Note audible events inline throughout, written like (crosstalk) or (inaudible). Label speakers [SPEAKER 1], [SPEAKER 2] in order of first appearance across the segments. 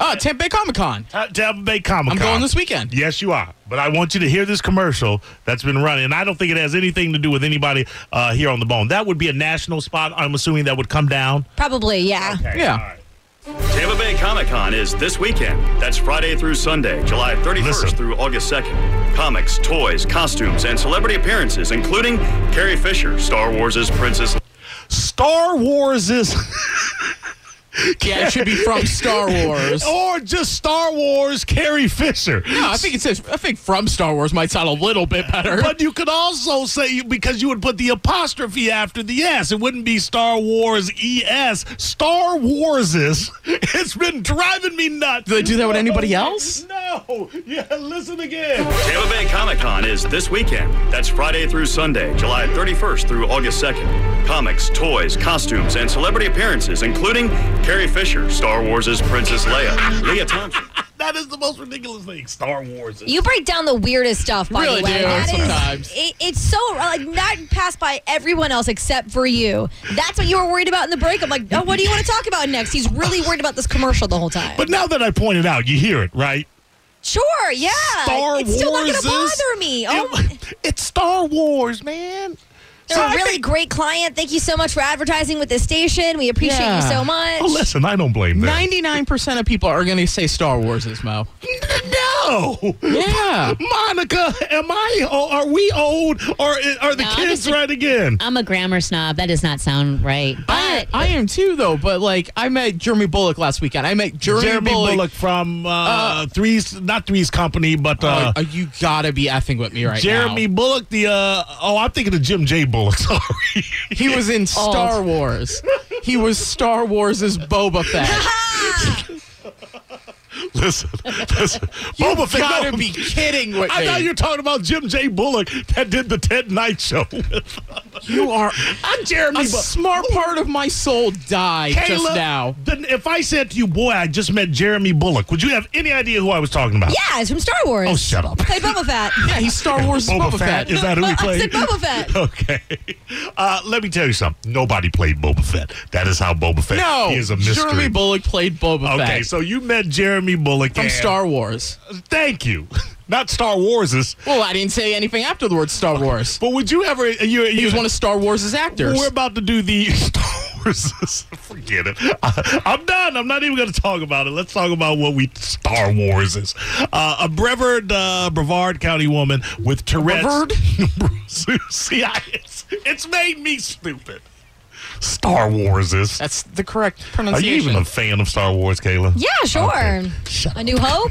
[SPEAKER 1] no, Oh, Tampa Bay Comic Con.
[SPEAKER 2] Ta- Tampa Bay Comic
[SPEAKER 1] I'm
[SPEAKER 2] Con.
[SPEAKER 1] going this weekend.
[SPEAKER 2] Yes, you are. But I want you to hear this commercial that's been running. And I don't think it has anything to do with anybody uh, here on the bone. That would be a national spot, I'm assuming, that would come down.
[SPEAKER 3] Probably, yeah.
[SPEAKER 1] Yeah.
[SPEAKER 2] all right.
[SPEAKER 4] Tampa Bay Comic Con is this weekend. That's Friday through Sunday, July 31st
[SPEAKER 2] Listen.
[SPEAKER 4] through August 2nd. Comics, toys, costumes, and celebrity appearances, including Carrie Fisher, Star Wars' Princess
[SPEAKER 2] Star Wars is. (laughs)
[SPEAKER 1] Yeah, it should be from Star Wars.
[SPEAKER 2] or just Star Wars Carrie Fisher.
[SPEAKER 1] No, I think it says I think from Star Wars might sound a little bit better.
[SPEAKER 2] But you could also say because you would put the apostrophe after the S, it wouldn't be Star Wars ES. Star Warses. (laughs) It's been driving me nuts.
[SPEAKER 1] Do they do that with
[SPEAKER 2] (laughs)
[SPEAKER 1] anybody else?
[SPEAKER 2] No. Yeah, listen again.
[SPEAKER 4] Tampa Bay Comic Con is this weekend. That's Friday through Sunday, July 31st through August 2nd. Comics, toys, costumes, and celebrity appearances, including Carrie Fisher, Star Wars' Princess Leia, Leah Thompson.
[SPEAKER 2] That is the most ridiculous thing. Star Wars.
[SPEAKER 3] You break down the weirdest stuff, by
[SPEAKER 1] Really
[SPEAKER 3] the way.
[SPEAKER 1] do,
[SPEAKER 3] That is-
[SPEAKER 1] sometimes.
[SPEAKER 3] it, it's so like that passed by everyone else except for you. That's what you were worried about in the break. I'm like, oh, what do you want to talk about next? He's really worried about this commercial the whole time.
[SPEAKER 2] But now that I point it out, you hear it, right?
[SPEAKER 3] sure, yeah,
[SPEAKER 2] Star
[SPEAKER 3] Uh, it's still not going
[SPEAKER 2] Warses.
[SPEAKER 3] to bother me.
[SPEAKER 2] (laughs)
[SPEAKER 3] Oh, my-
[SPEAKER 2] It- it's Star Wars, man.
[SPEAKER 3] They're
[SPEAKER 2] So
[SPEAKER 3] a
[SPEAKER 2] I
[SPEAKER 3] really
[SPEAKER 2] think-
[SPEAKER 3] great client. Thank you so much for advertising with this station. We appreciate
[SPEAKER 1] Yeah.
[SPEAKER 3] you so much.
[SPEAKER 2] Oh, listen, I don't blame them.
[SPEAKER 1] (laughs) Ninety-nine percent of people are going to say Star Wars is
[SPEAKER 2] (laughs)
[SPEAKER 1] Mo.
[SPEAKER 3] (laughs)
[SPEAKER 2] No.
[SPEAKER 1] Yeah.
[SPEAKER 2] Monica, am I? Are we old? Or are the
[SPEAKER 5] No, I'm
[SPEAKER 2] kids
[SPEAKER 5] just a-
[SPEAKER 2] right again?
[SPEAKER 5] I'm a grammar snob. That does not sound right.
[SPEAKER 1] I,
[SPEAKER 5] But
[SPEAKER 1] I am too, though. But like, I met Jeremy Bullock last weekend. I met Jeremy,
[SPEAKER 2] Jeremy Bullock, from uh, Three's, not Three's Company, but uh,
[SPEAKER 1] Oh, you gotta be effing with me right
[SPEAKER 2] Jeremy
[SPEAKER 1] now.
[SPEAKER 2] Bullock. The uh, oh, I'm thinking of Jim J. Bullock. (laughs) Sorry,
[SPEAKER 1] He was
[SPEAKER 2] Oh.
[SPEAKER 1] in Star Wars. He was Star Wars' Boba Fett.
[SPEAKER 3] Ah,
[SPEAKER 2] listen, listen. (laughs) Boba Fett.
[SPEAKER 1] gotta
[SPEAKER 2] no.
[SPEAKER 1] be kidding with
[SPEAKER 2] I
[SPEAKER 1] me.
[SPEAKER 2] thought you were talking about Jim J. Bullock that did the Ted Knight Show.
[SPEAKER 1] You are
[SPEAKER 2] I'm Jeremy.
[SPEAKER 1] a
[SPEAKER 2] Bullock.
[SPEAKER 1] smart part of my soul died just
[SPEAKER 2] Kayla,
[SPEAKER 1] now.
[SPEAKER 2] then if I said to you, boy, I just met Jeremy Bullock, would you have any idea who I was talking about?
[SPEAKER 3] yeah, it's from Star Wars.
[SPEAKER 2] Oh, shut up.
[SPEAKER 3] Play Boba Fett.
[SPEAKER 1] Yeah, he's Star Wars'
[SPEAKER 2] Boba, Fett. Is that who (laughs)
[SPEAKER 3] (laughs)
[SPEAKER 2] he
[SPEAKER 3] I
[SPEAKER 2] played?
[SPEAKER 3] said Boba Fett.
[SPEAKER 2] Okay. Uh, let me tell you something. Nobody played Boba Fett. That is how Boba Fett
[SPEAKER 1] No,
[SPEAKER 2] is a mystery.
[SPEAKER 1] Jeremy Bullock played Boba
[SPEAKER 2] okay,
[SPEAKER 1] Fett
[SPEAKER 2] so you met Jeremy Bullock
[SPEAKER 1] from
[SPEAKER 2] and-
[SPEAKER 1] Star Wars.
[SPEAKER 2] Thank you. (laughs) Not Star Wars's.
[SPEAKER 1] Well, I didn't say anything after the word Star Wars.
[SPEAKER 2] But would you ever? You,
[SPEAKER 1] He
[SPEAKER 2] you
[SPEAKER 1] was one of Star Wars' actors.
[SPEAKER 2] We're about to do the (laughs) Star Wars. (laughs) Forget it. I, I'm done. I'm not even going to talk about it. Let's talk about what we Star Wars is. Uh, a Brevard, uh, Brevard County woman with Tourette's.
[SPEAKER 1] Brevard?
[SPEAKER 2] (laughs) See, I, it's, it's made me stupid. Star Wars is.
[SPEAKER 1] That's the correct
[SPEAKER 2] Are you
[SPEAKER 1] pronunciation.
[SPEAKER 2] even a fan of Star Wars, Kayla?
[SPEAKER 3] Yeah, sure.
[SPEAKER 2] Shut
[SPEAKER 3] A New Hope,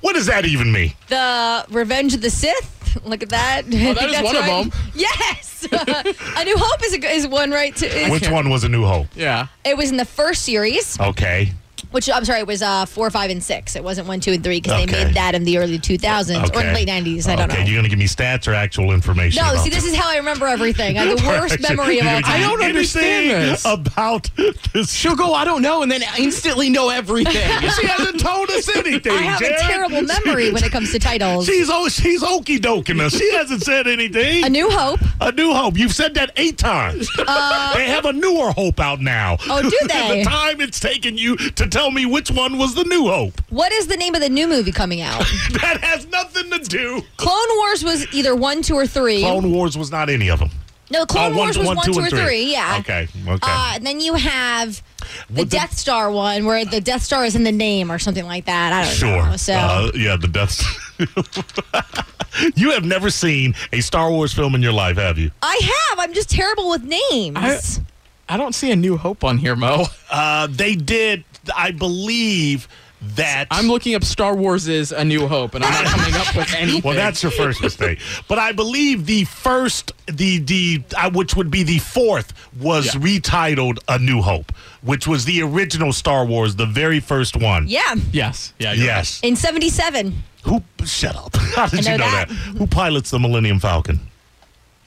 [SPEAKER 2] What does that even mean?
[SPEAKER 3] the Revenge of the Sith. Look at that. (laughs)
[SPEAKER 1] that is one of them.
[SPEAKER 3] Yes, (laughs) A New Hope is a, is one right to. is-
[SPEAKER 2] Which one was A New Hope?
[SPEAKER 1] yeah.
[SPEAKER 3] It was in the first series,
[SPEAKER 2] Okay.
[SPEAKER 3] which I'm sorry, it was uh, four, five, and six. It wasn't one, two, and three because
[SPEAKER 2] Okay.
[SPEAKER 3] they made that in the early 2000s or
[SPEAKER 2] Okay.
[SPEAKER 3] late 90s. I don't
[SPEAKER 2] okay,
[SPEAKER 3] know.
[SPEAKER 2] you're going to give me stats or actual information?
[SPEAKER 3] no,
[SPEAKER 2] about
[SPEAKER 3] see, this is how I remember everything. I have the
[SPEAKER 2] (laughs)
[SPEAKER 3] worst memory of all
[SPEAKER 1] I
[SPEAKER 3] time.
[SPEAKER 1] don't understand
[SPEAKER 2] Anything
[SPEAKER 1] this.
[SPEAKER 2] about (laughs) this.
[SPEAKER 1] She'll go, I don't know, and then instantly know
[SPEAKER 2] (laughs)
[SPEAKER 1] everything.
[SPEAKER 2] She hasn't told us anything.
[SPEAKER 3] (laughs) I have a
[SPEAKER 2] Jared.
[SPEAKER 3] terrible memory when it comes
[SPEAKER 2] (laughs)
[SPEAKER 3] to titles.
[SPEAKER 2] She's oh, she's okey doking us. She hasn't said anything.
[SPEAKER 3] A New Hope.
[SPEAKER 2] A new hope. You've said that eight times. they have a newer hope out now.
[SPEAKER 3] Uh,
[SPEAKER 2] (laughs)
[SPEAKER 3] Oh, do they?
[SPEAKER 2] the time it's taken you to tell me which one was the new hope.
[SPEAKER 3] What is the name of the new movie coming out?
[SPEAKER 2] That has nothing to do.
[SPEAKER 3] Clone Wars was either one, two, or three.
[SPEAKER 2] Clone Wars was not any of them.
[SPEAKER 3] no, Clone
[SPEAKER 2] Oh,
[SPEAKER 3] Wars was one, two, or three. Yeah.
[SPEAKER 2] Okay. Okay.
[SPEAKER 3] Uh, and then you have the
[SPEAKER 2] Well, the-
[SPEAKER 3] Death Star one, where the Death Star is in the name or something like that. I don't
[SPEAKER 2] Sure.
[SPEAKER 3] know. So
[SPEAKER 2] Uh, yeah, the Death. (laughs) you have never seen a Star Wars film in your life, have you?
[SPEAKER 3] I have. I'm just terrible with names.
[SPEAKER 1] I- I don't see a new hope on here, Mo.
[SPEAKER 2] Uh, they did. I believe that.
[SPEAKER 1] I'm looking up Star Wars is A New Hope, and I'm not coming up with anything.
[SPEAKER 2] (laughs) Well, that's your first mistake. But I believe the first, the the uh, which would be the fourth, was
[SPEAKER 1] Yeah.
[SPEAKER 2] retitled A New Hope, which was the original Star Wars, the very first one.
[SPEAKER 3] yeah.
[SPEAKER 1] yes. Yeah. you're right.
[SPEAKER 2] Yes.
[SPEAKER 3] In '77.
[SPEAKER 2] Who? Shut up. (laughs) How did
[SPEAKER 3] I
[SPEAKER 2] you
[SPEAKER 3] know
[SPEAKER 2] know that?
[SPEAKER 3] that.
[SPEAKER 2] Who pilots the Millennium Falcon?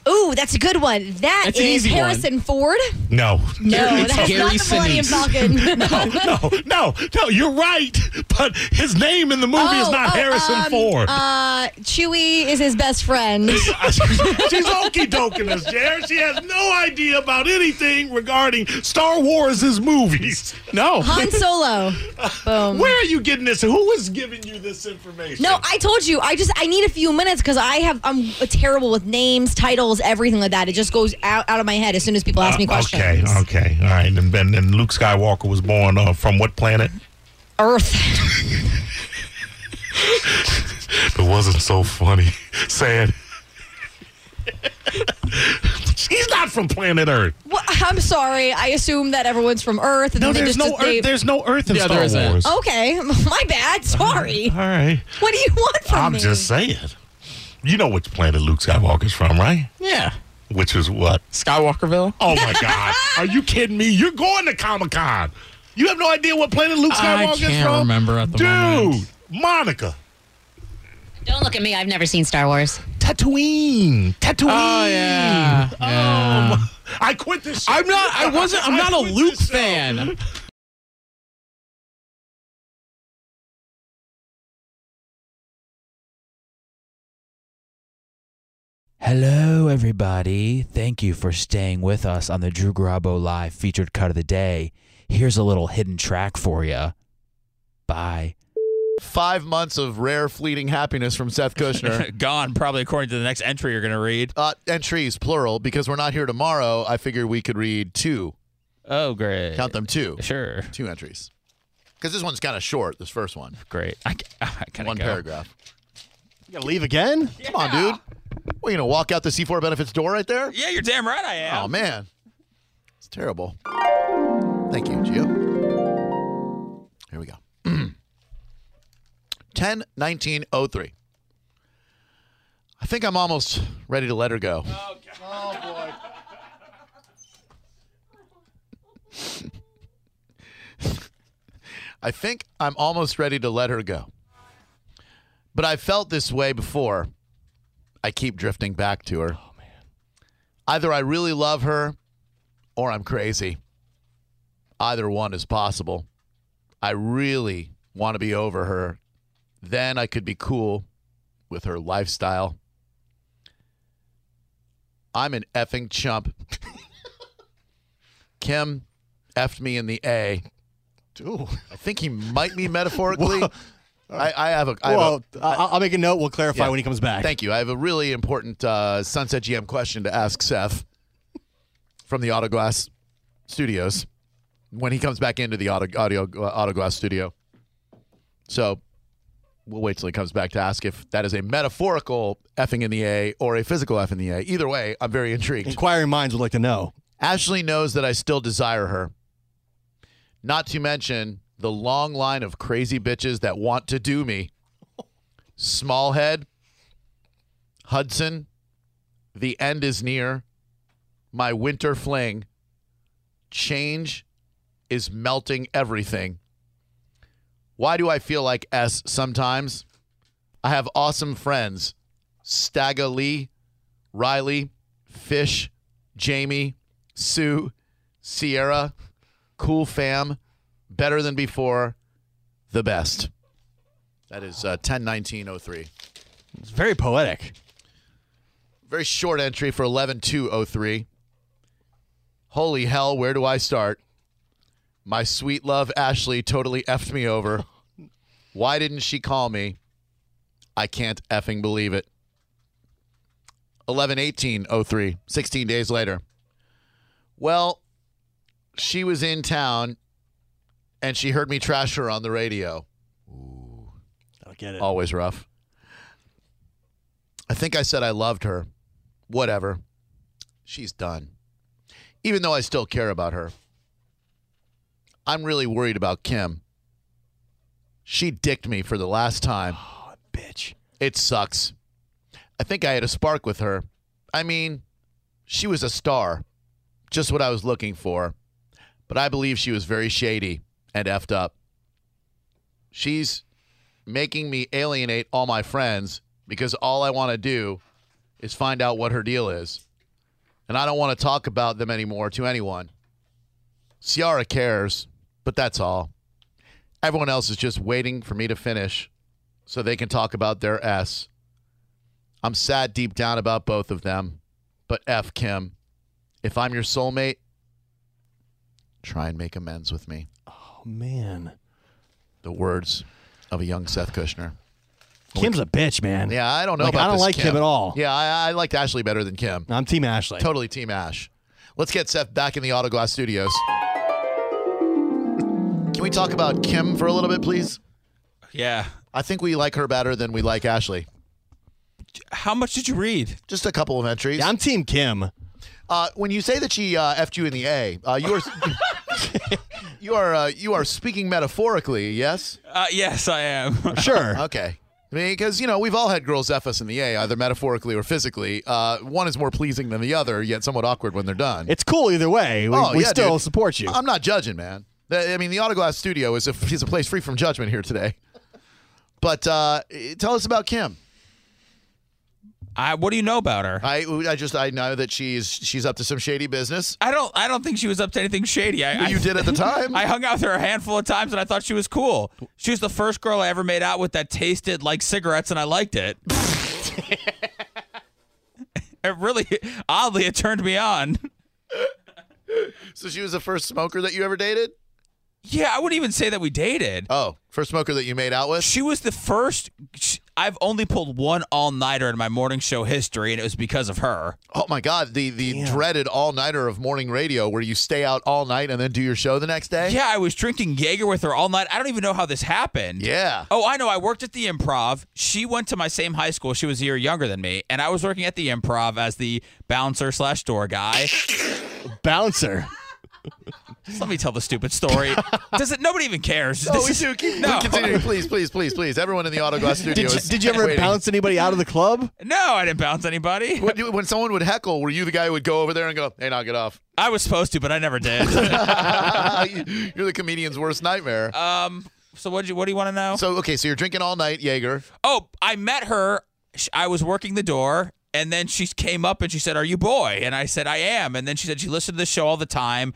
[SPEAKER 3] Ooh, that's a good one. That
[SPEAKER 1] That's an
[SPEAKER 3] is
[SPEAKER 1] easy one.
[SPEAKER 3] Harrison Ford.
[SPEAKER 2] No.
[SPEAKER 3] No,
[SPEAKER 1] It's
[SPEAKER 3] that's
[SPEAKER 1] Gary
[SPEAKER 3] not the Millennium
[SPEAKER 1] Sinise.
[SPEAKER 3] Falcon.
[SPEAKER 2] (laughs) No, (laughs) no, no, no, you're right. (laughs) But his name in the movie is
[SPEAKER 3] Oh,
[SPEAKER 2] not
[SPEAKER 3] oh,
[SPEAKER 2] Harrison
[SPEAKER 3] um,
[SPEAKER 2] Ford.
[SPEAKER 3] Uh, Chewie is his best friend.
[SPEAKER 2] She's okey doking us, Jared. She has no idea about anything regarding Star Wars' movies.
[SPEAKER 1] No.
[SPEAKER 2] (laughs)
[SPEAKER 3] Han Solo. Boom.
[SPEAKER 2] Where are you getting this? Who is giving you this information?
[SPEAKER 3] No, I told you. I just I need a few minutes because I have I'm terrible with names, titles, everything like that. It just goes out, out of my head as soon as people ask me questions.
[SPEAKER 2] Uh, Okay, okay, all right. And then and Luke Skywalker was born uh, from what planet?
[SPEAKER 3] Earth. (laughs)
[SPEAKER 2] It wasn't so funny. Sad. He's not from planet Earth.
[SPEAKER 3] Well, I'm sorry. I assume that everyone's from Earth. And
[SPEAKER 2] No,
[SPEAKER 3] then they
[SPEAKER 2] there's
[SPEAKER 3] just,
[SPEAKER 2] no
[SPEAKER 3] just- Oh.
[SPEAKER 2] Earth.
[SPEAKER 3] they-
[SPEAKER 2] There's no Earth in
[SPEAKER 1] Yeah,
[SPEAKER 2] Star
[SPEAKER 1] there isn't.
[SPEAKER 2] Wars.
[SPEAKER 3] okay, (laughs) my bad.
[SPEAKER 2] (laughs)
[SPEAKER 3] Sorry.
[SPEAKER 2] All right.
[SPEAKER 3] What do you want from
[SPEAKER 2] I'm
[SPEAKER 3] me?
[SPEAKER 2] just saying. You know which planet Luke Skywalker's from, right?
[SPEAKER 1] Yeah.
[SPEAKER 2] Which is what?
[SPEAKER 1] Skywalkerville.
[SPEAKER 2] Oh my
[SPEAKER 1] (laughs)
[SPEAKER 2] God! Are you kidding me? You're going to Comic Con. You have no idea what planet Luke
[SPEAKER 1] I
[SPEAKER 2] Skywalker's
[SPEAKER 1] can't
[SPEAKER 2] from,
[SPEAKER 1] remember at the
[SPEAKER 2] Dude,
[SPEAKER 1] moment.
[SPEAKER 2] Monica,
[SPEAKER 5] Don't look at me. I've never seen Star Wars.
[SPEAKER 2] Tatooine, Tatooine.
[SPEAKER 1] Oh yeah. yeah.
[SPEAKER 2] Um, I quit this. Show.
[SPEAKER 1] I'm not. I wasn't. I'm
[SPEAKER 2] I
[SPEAKER 1] not a
[SPEAKER 2] quit
[SPEAKER 1] Luke
[SPEAKER 2] this show.
[SPEAKER 1] fan.
[SPEAKER 6] Hello, everybody. Thank you for staying with us on the Drew Garabo Live featured cut of the day. Here's a little hidden track for you. Bye.
[SPEAKER 7] Five months of rare, fleeting happiness from Seth
[SPEAKER 6] (laughs)
[SPEAKER 7] Kushner.
[SPEAKER 6] Gone, probably according to the next entry you're going to read.
[SPEAKER 7] uh, entries, plural, because we're not here tomorrow. I figured we could read two.
[SPEAKER 6] Oh, great.
[SPEAKER 7] Count them two.
[SPEAKER 6] Sure.
[SPEAKER 7] Two entries. Because this one's kind of short, this first one.
[SPEAKER 6] Great. I, ca- I gotta
[SPEAKER 7] one
[SPEAKER 6] go.
[SPEAKER 7] paragraph.
[SPEAKER 8] You gotta leave again?
[SPEAKER 7] Come on, dude. Well, you know, walk out the C4 benefits door right there?
[SPEAKER 6] Yeah, you're damn right I am.
[SPEAKER 7] Oh, man. It's terrible. Thank you, Gio. Here we go. (clears throat) 10 19 03. I think I'm almost ready to let her go. (laughs) I think I'm almost ready to let her go. But I felt this way before. I keep drifting back to her. Either I really love her or I'm crazy. Either one is possible. I really want to be over her. Then I could be cool with her lifestyle. I'm an effing
[SPEAKER 8] (laughs)
[SPEAKER 7] chump. Kim effed me in the A.
[SPEAKER 8] Ooh.
[SPEAKER 7] I think he might be
[SPEAKER 8] (laughs)
[SPEAKER 7] metaphorically. I, I have a. I have a-
[SPEAKER 8] Well, I I'll I'll make a note. We'll clarify
[SPEAKER 7] Yeah.
[SPEAKER 8] when he comes back.
[SPEAKER 7] Thank you. I have a really important uh, Sunset GM question to ask Seth from the Autoglass Studios when he comes back into the auto, audio uh, Autoglass studio. So we'll wait till he comes back to ask if that is a metaphorical effing in the A or a physical F in the A. Either way, I'm very intrigued.
[SPEAKER 8] Inquiring minds would like to know.
[SPEAKER 7] Ashley knows that I still desire her. Not to mention the long line of crazy bitches that want to do me. Smallhead, Hudson, The End is Near, My Winter Fling, Change is Melting Everything. Why do I feel like S sometimes? I have awesome friends Staga Lee, Riley, Fish, Jamie, Sue, Sierra, Cool Fam, Better Than Before, The Best. That is uh, 101903.
[SPEAKER 8] It's very poetic.
[SPEAKER 7] Very short entry for 11203. Holy hell, where do I start? My sweet love Ashley totally effed me
[SPEAKER 8] (laughs)
[SPEAKER 7] over. Why didn't she call me? I can't effing believe it. 111803, 16 days later. Well, she was in town and she heard me trash her on the radio.
[SPEAKER 8] I don't get it.
[SPEAKER 7] Always rough. I think I said I loved her. Whatever. She's done. Even though I still care about her. I'm really worried about Kim. She dicked me for the last time.
[SPEAKER 8] bitch.
[SPEAKER 7] It sucks. I think I had a spark with her. I mean, she was a star, just what I was looking for. But I believe she was very shady and effed up. She's making me alienate all my friends because all I want to do is find out what her deal is. and I don't want to talk about them anymore to anyone. Ciara cares, but that's all. Everyone else is just waiting for me to finish so they can talk about their S. I'm sad deep down about both of them, but F Kim, if I'm your soulmate, try and make amends with me.
[SPEAKER 8] Oh, man.
[SPEAKER 7] The words of a young Seth Kushner.
[SPEAKER 8] Kim's a bitch, man.
[SPEAKER 7] Yeah, I don't know
[SPEAKER 8] Like,
[SPEAKER 7] about
[SPEAKER 8] I don't
[SPEAKER 7] this
[SPEAKER 8] like Kim at all.
[SPEAKER 7] Yeah, I, I liked Ashley better than Kim.
[SPEAKER 8] I'm Team Ashley.
[SPEAKER 7] Totally Team Ash. Let's get Seth back in the Autoglass studios. Can we talk about Kim for a little bit, please?
[SPEAKER 9] Oh, Yeah.
[SPEAKER 7] I think we like her better than we like Ashley.
[SPEAKER 9] How much did you read?
[SPEAKER 7] Just a couple of entries.
[SPEAKER 8] Yeah, I'm
[SPEAKER 7] (laughs)
[SPEAKER 8] Team Kim.
[SPEAKER 7] Uh, when you say that she uh, effed you in the A, uh, you are you are (laughs) uh, you are speaking metaphorically. Yes.
[SPEAKER 9] Uh, yes, I am.
[SPEAKER 8] Sure.
[SPEAKER 7] Okay. I mean, because you know we've all had girls f us in the A, either metaphorically or physically. Uh, one is more pleasing than the other, yet somewhat awkward when they're done.
[SPEAKER 8] it's cool either way. We,
[SPEAKER 7] Oh,
[SPEAKER 8] we
[SPEAKER 7] yeah,
[SPEAKER 8] still
[SPEAKER 7] dude.
[SPEAKER 8] support you.
[SPEAKER 7] I'm not judging, man. The- I mean, the Autoglass Studio is a is a place free from judgment here today. But uh, tell us about Kim.
[SPEAKER 9] I, what do you know about her?
[SPEAKER 7] I I just I know that she's she's up to some shady business.
[SPEAKER 9] I don't. I don't think she was up to anything shady. I,
[SPEAKER 7] You
[SPEAKER 9] I,
[SPEAKER 7] did
[SPEAKER 8] (laughs)
[SPEAKER 7] at the time.
[SPEAKER 9] I hung out with her a handful of times, and I thought she was cool. She was the first girl I ever made out with that tasted like cigarettes, and I liked it. (laughs) it really, oddly, it turned me on.
[SPEAKER 7] so she was the first smoker that you ever dated.
[SPEAKER 9] Yeah, I wouldn't even say that we dated.
[SPEAKER 7] Oh, first smoker that you made out with.
[SPEAKER 9] She was the first. sh I've only pulled one all nighter in my morning show history, and it was because of her.
[SPEAKER 7] Oh my God, the the dreaded all nighter of morning radio, where you stay out all night and then do your show the next day.
[SPEAKER 9] Yeah, I was drinking Jaeger with her all night. I don't even know how this happened.
[SPEAKER 7] Yeah.
[SPEAKER 9] Oh, I know. I worked at the improv. She went to my same high school. She was a year younger than me. And I was working at the improv as the bouncer slash door guy.
[SPEAKER 8] Bouncer.
[SPEAKER 9] Just let me tell the stupid
[SPEAKER 7] (laughs)
[SPEAKER 9] story. Does it? Nobody even cares.
[SPEAKER 7] Oh,
[SPEAKER 9] This
[SPEAKER 7] we
[SPEAKER 9] is-
[SPEAKER 7] do. Keep,
[SPEAKER 9] no.
[SPEAKER 7] we continue. Please, please, please, please. Everyone in the Autoglass Studio.
[SPEAKER 8] Did you,
[SPEAKER 7] is
[SPEAKER 8] did you ever
[SPEAKER 7] waiting.
[SPEAKER 8] bounce anybody out of the club?
[SPEAKER 9] No, I didn't bounce anybody.
[SPEAKER 7] When, you- when someone would heckle, were you the guy who would go over there and go, "Hey, now get off"?
[SPEAKER 9] I was supposed to, but I never did.
[SPEAKER 7] You- (laughs) You're the comedian's worst nightmare.
[SPEAKER 9] Um, so what? Do you, what do you want to know?
[SPEAKER 7] so okay, so you're drinking all night Jaeger.
[SPEAKER 9] oh, I met her. Sh- I was working the door, and then she came up and she said, "Are you boy?" And I said, "I am." And then she said she listened to the show all the time.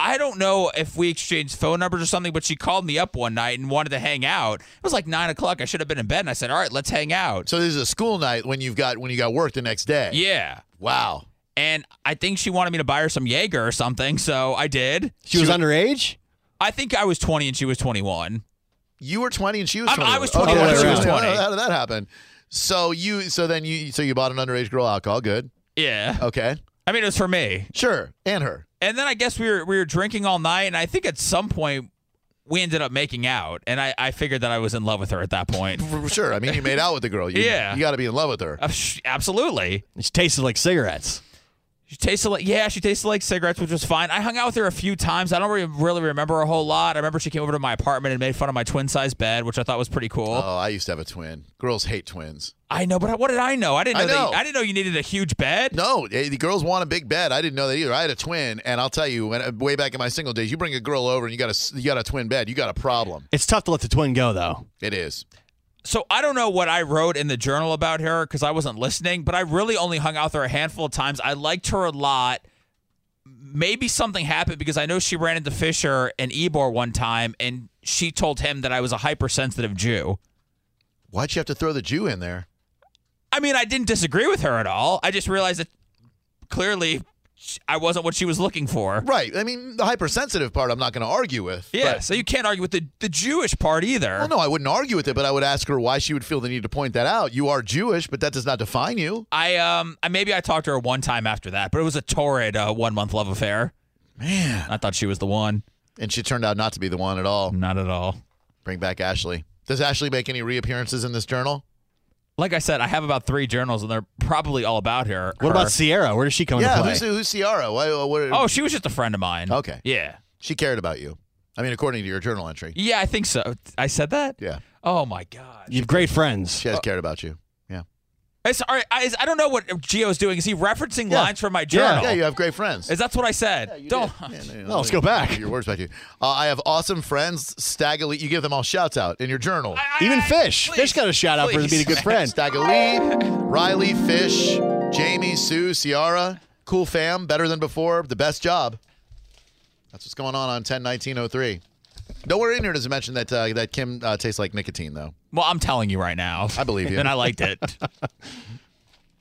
[SPEAKER 9] I don't know if we exchanged phone numbers or something, but she called me up one night and wanted to hang out. It was like nine o'clock. I should have been in bed, and I said, "All right, let's hang out."
[SPEAKER 7] So this is a school night when you've got when you got work the next day.
[SPEAKER 9] yeah.
[SPEAKER 7] Wow.
[SPEAKER 9] And I think she wanted me to buy her some Jaeger or something, so I did.
[SPEAKER 8] She, was underage?
[SPEAKER 9] I think I was 20 and she was 21.
[SPEAKER 7] You were 20 and she was
[SPEAKER 9] I'm-
[SPEAKER 7] 20.
[SPEAKER 9] I was
[SPEAKER 8] 21, she was
[SPEAKER 9] 20.
[SPEAKER 7] How did that happen? So you so then you so you bought an underage girl alcohol. Good.
[SPEAKER 9] Yeah.
[SPEAKER 7] Okay.
[SPEAKER 9] I mean, it was for me.
[SPEAKER 7] Sure. And her.
[SPEAKER 9] And then I guess we were we were drinking all night, and I think at some point we ended up making out, and I, I figured that I was in love with her at that point.
[SPEAKER 7] For sure. I mean, you made out with the girl.
[SPEAKER 9] (laughs)
[SPEAKER 7] You,
[SPEAKER 9] Yeah.
[SPEAKER 7] You got to be in love with her.
[SPEAKER 9] Uh, sh- Absolutely.
[SPEAKER 8] She tasted like cigarettes.
[SPEAKER 9] She tasted like yeah, she tasted like cigarettes, which was fine. I hung out with her a few times. I don't really, really remember a whole lot. I remember she came over to my apartment and made fun of my twin size bed, which I thought was pretty cool.
[SPEAKER 7] Oh, I used to have a twin. Girls hate twins.
[SPEAKER 9] I know, but I- what did I know? I didn't
[SPEAKER 7] I
[SPEAKER 9] know. that you-
[SPEAKER 7] know.
[SPEAKER 9] I didn't know you needed a huge bed.
[SPEAKER 7] No, eh, the girls want a big bed. I didn't know that either. I had a twin, and I'll tell you, when, uh, way back in my single days, you bring a girl over and you got a s- you got a twin bed, you got a problem.
[SPEAKER 8] It's tough to let the twin go, though.
[SPEAKER 7] It is.
[SPEAKER 9] So I don't know what I wrote in the journal about her because I wasn't listening, but I really only hung out with her a handful of times. I liked her a lot. Maybe something happened because I know she ran into Fisher and Ebor one time, and she told him that I was a hypersensitive Jew.
[SPEAKER 7] Why'd you have to throw the Jew in there?
[SPEAKER 9] I mean, I didn't disagree with her at all. I just realized that clearly sh- I wasn't what she was looking for.
[SPEAKER 7] Right. I mean, the hypersensitive part, I'm not going to argue with.
[SPEAKER 9] Yeah, so you can't argue with the, the Jewish part either.
[SPEAKER 7] Well, no, I wouldn't argue with it, but I would ask her why she would feel the need to point that out. You are Jewish, but that does not define you.
[SPEAKER 9] I um I maybe I talked to her one time after that, but it was a torrid uh, one month love affair. Man, I thought she was the one.
[SPEAKER 7] And she turned out not to be the one at all.
[SPEAKER 9] Not at all.
[SPEAKER 7] Bring back Ashley. Does Ashley make any reappearances in this journal?
[SPEAKER 9] Like I said, I have about three journals, and they're probably all about her.
[SPEAKER 8] What
[SPEAKER 9] her.
[SPEAKER 8] about Sierra? Where does she come
[SPEAKER 7] yeah.
[SPEAKER 8] into play?
[SPEAKER 7] Who's, who's Ciara? Why, what,
[SPEAKER 9] Oh, she was just a friend of mine.
[SPEAKER 7] Okay.
[SPEAKER 9] Yeah.
[SPEAKER 7] She cared about you. I mean, according to your journal entry.
[SPEAKER 9] Yeah, I think so. I said that.
[SPEAKER 7] Yeah. Uh,
[SPEAKER 9] Oh my god.
[SPEAKER 8] you have great friends.
[SPEAKER 7] She has cared about you. Yeah.
[SPEAKER 9] It's, all right, I, I don't know what Gio's doing. Is he referencing lines from my journal?
[SPEAKER 7] Yeah, you have great friends.
[SPEAKER 9] Is that's what I said? don't. (laughs)
[SPEAKER 8] (laughs)
[SPEAKER 7] no,
[SPEAKER 8] Oh. No, let's go back.
[SPEAKER 7] Your words back to you. Uh, I have awesome friends. Staggerly, you give them all shouts out in your journal.
[SPEAKER 8] Even Fish. Fish got a shout out for being a good friend.
[SPEAKER 7] Staggerly, Riley, Fish, Jamie, Sue, Ciara. Cool fam, better than before, the best job. That's what's going on on 10 1903. Nowhere in here does it mention that uh, that Kim uh, tastes like nicotine, though.
[SPEAKER 9] Well, I'm telling you right now. (laughs)
[SPEAKER 7] I believe you.
[SPEAKER 9] and I liked
[SPEAKER 7] (laughs)
[SPEAKER 9] it.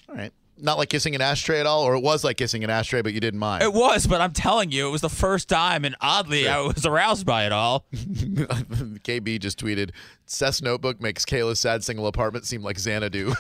[SPEAKER 7] All right. Not like kissing an ashtray at all, or it was like kissing an ashtray, but you didn't mind.
[SPEAKER 9] It was, but I'm telling you, it was the first time, and oddly, I was aroused by it all.
[SPEAKER 7] (laughs) KB just tweeted, Seth's notebook makes Kayla's sad single apartment seem like Xanadu.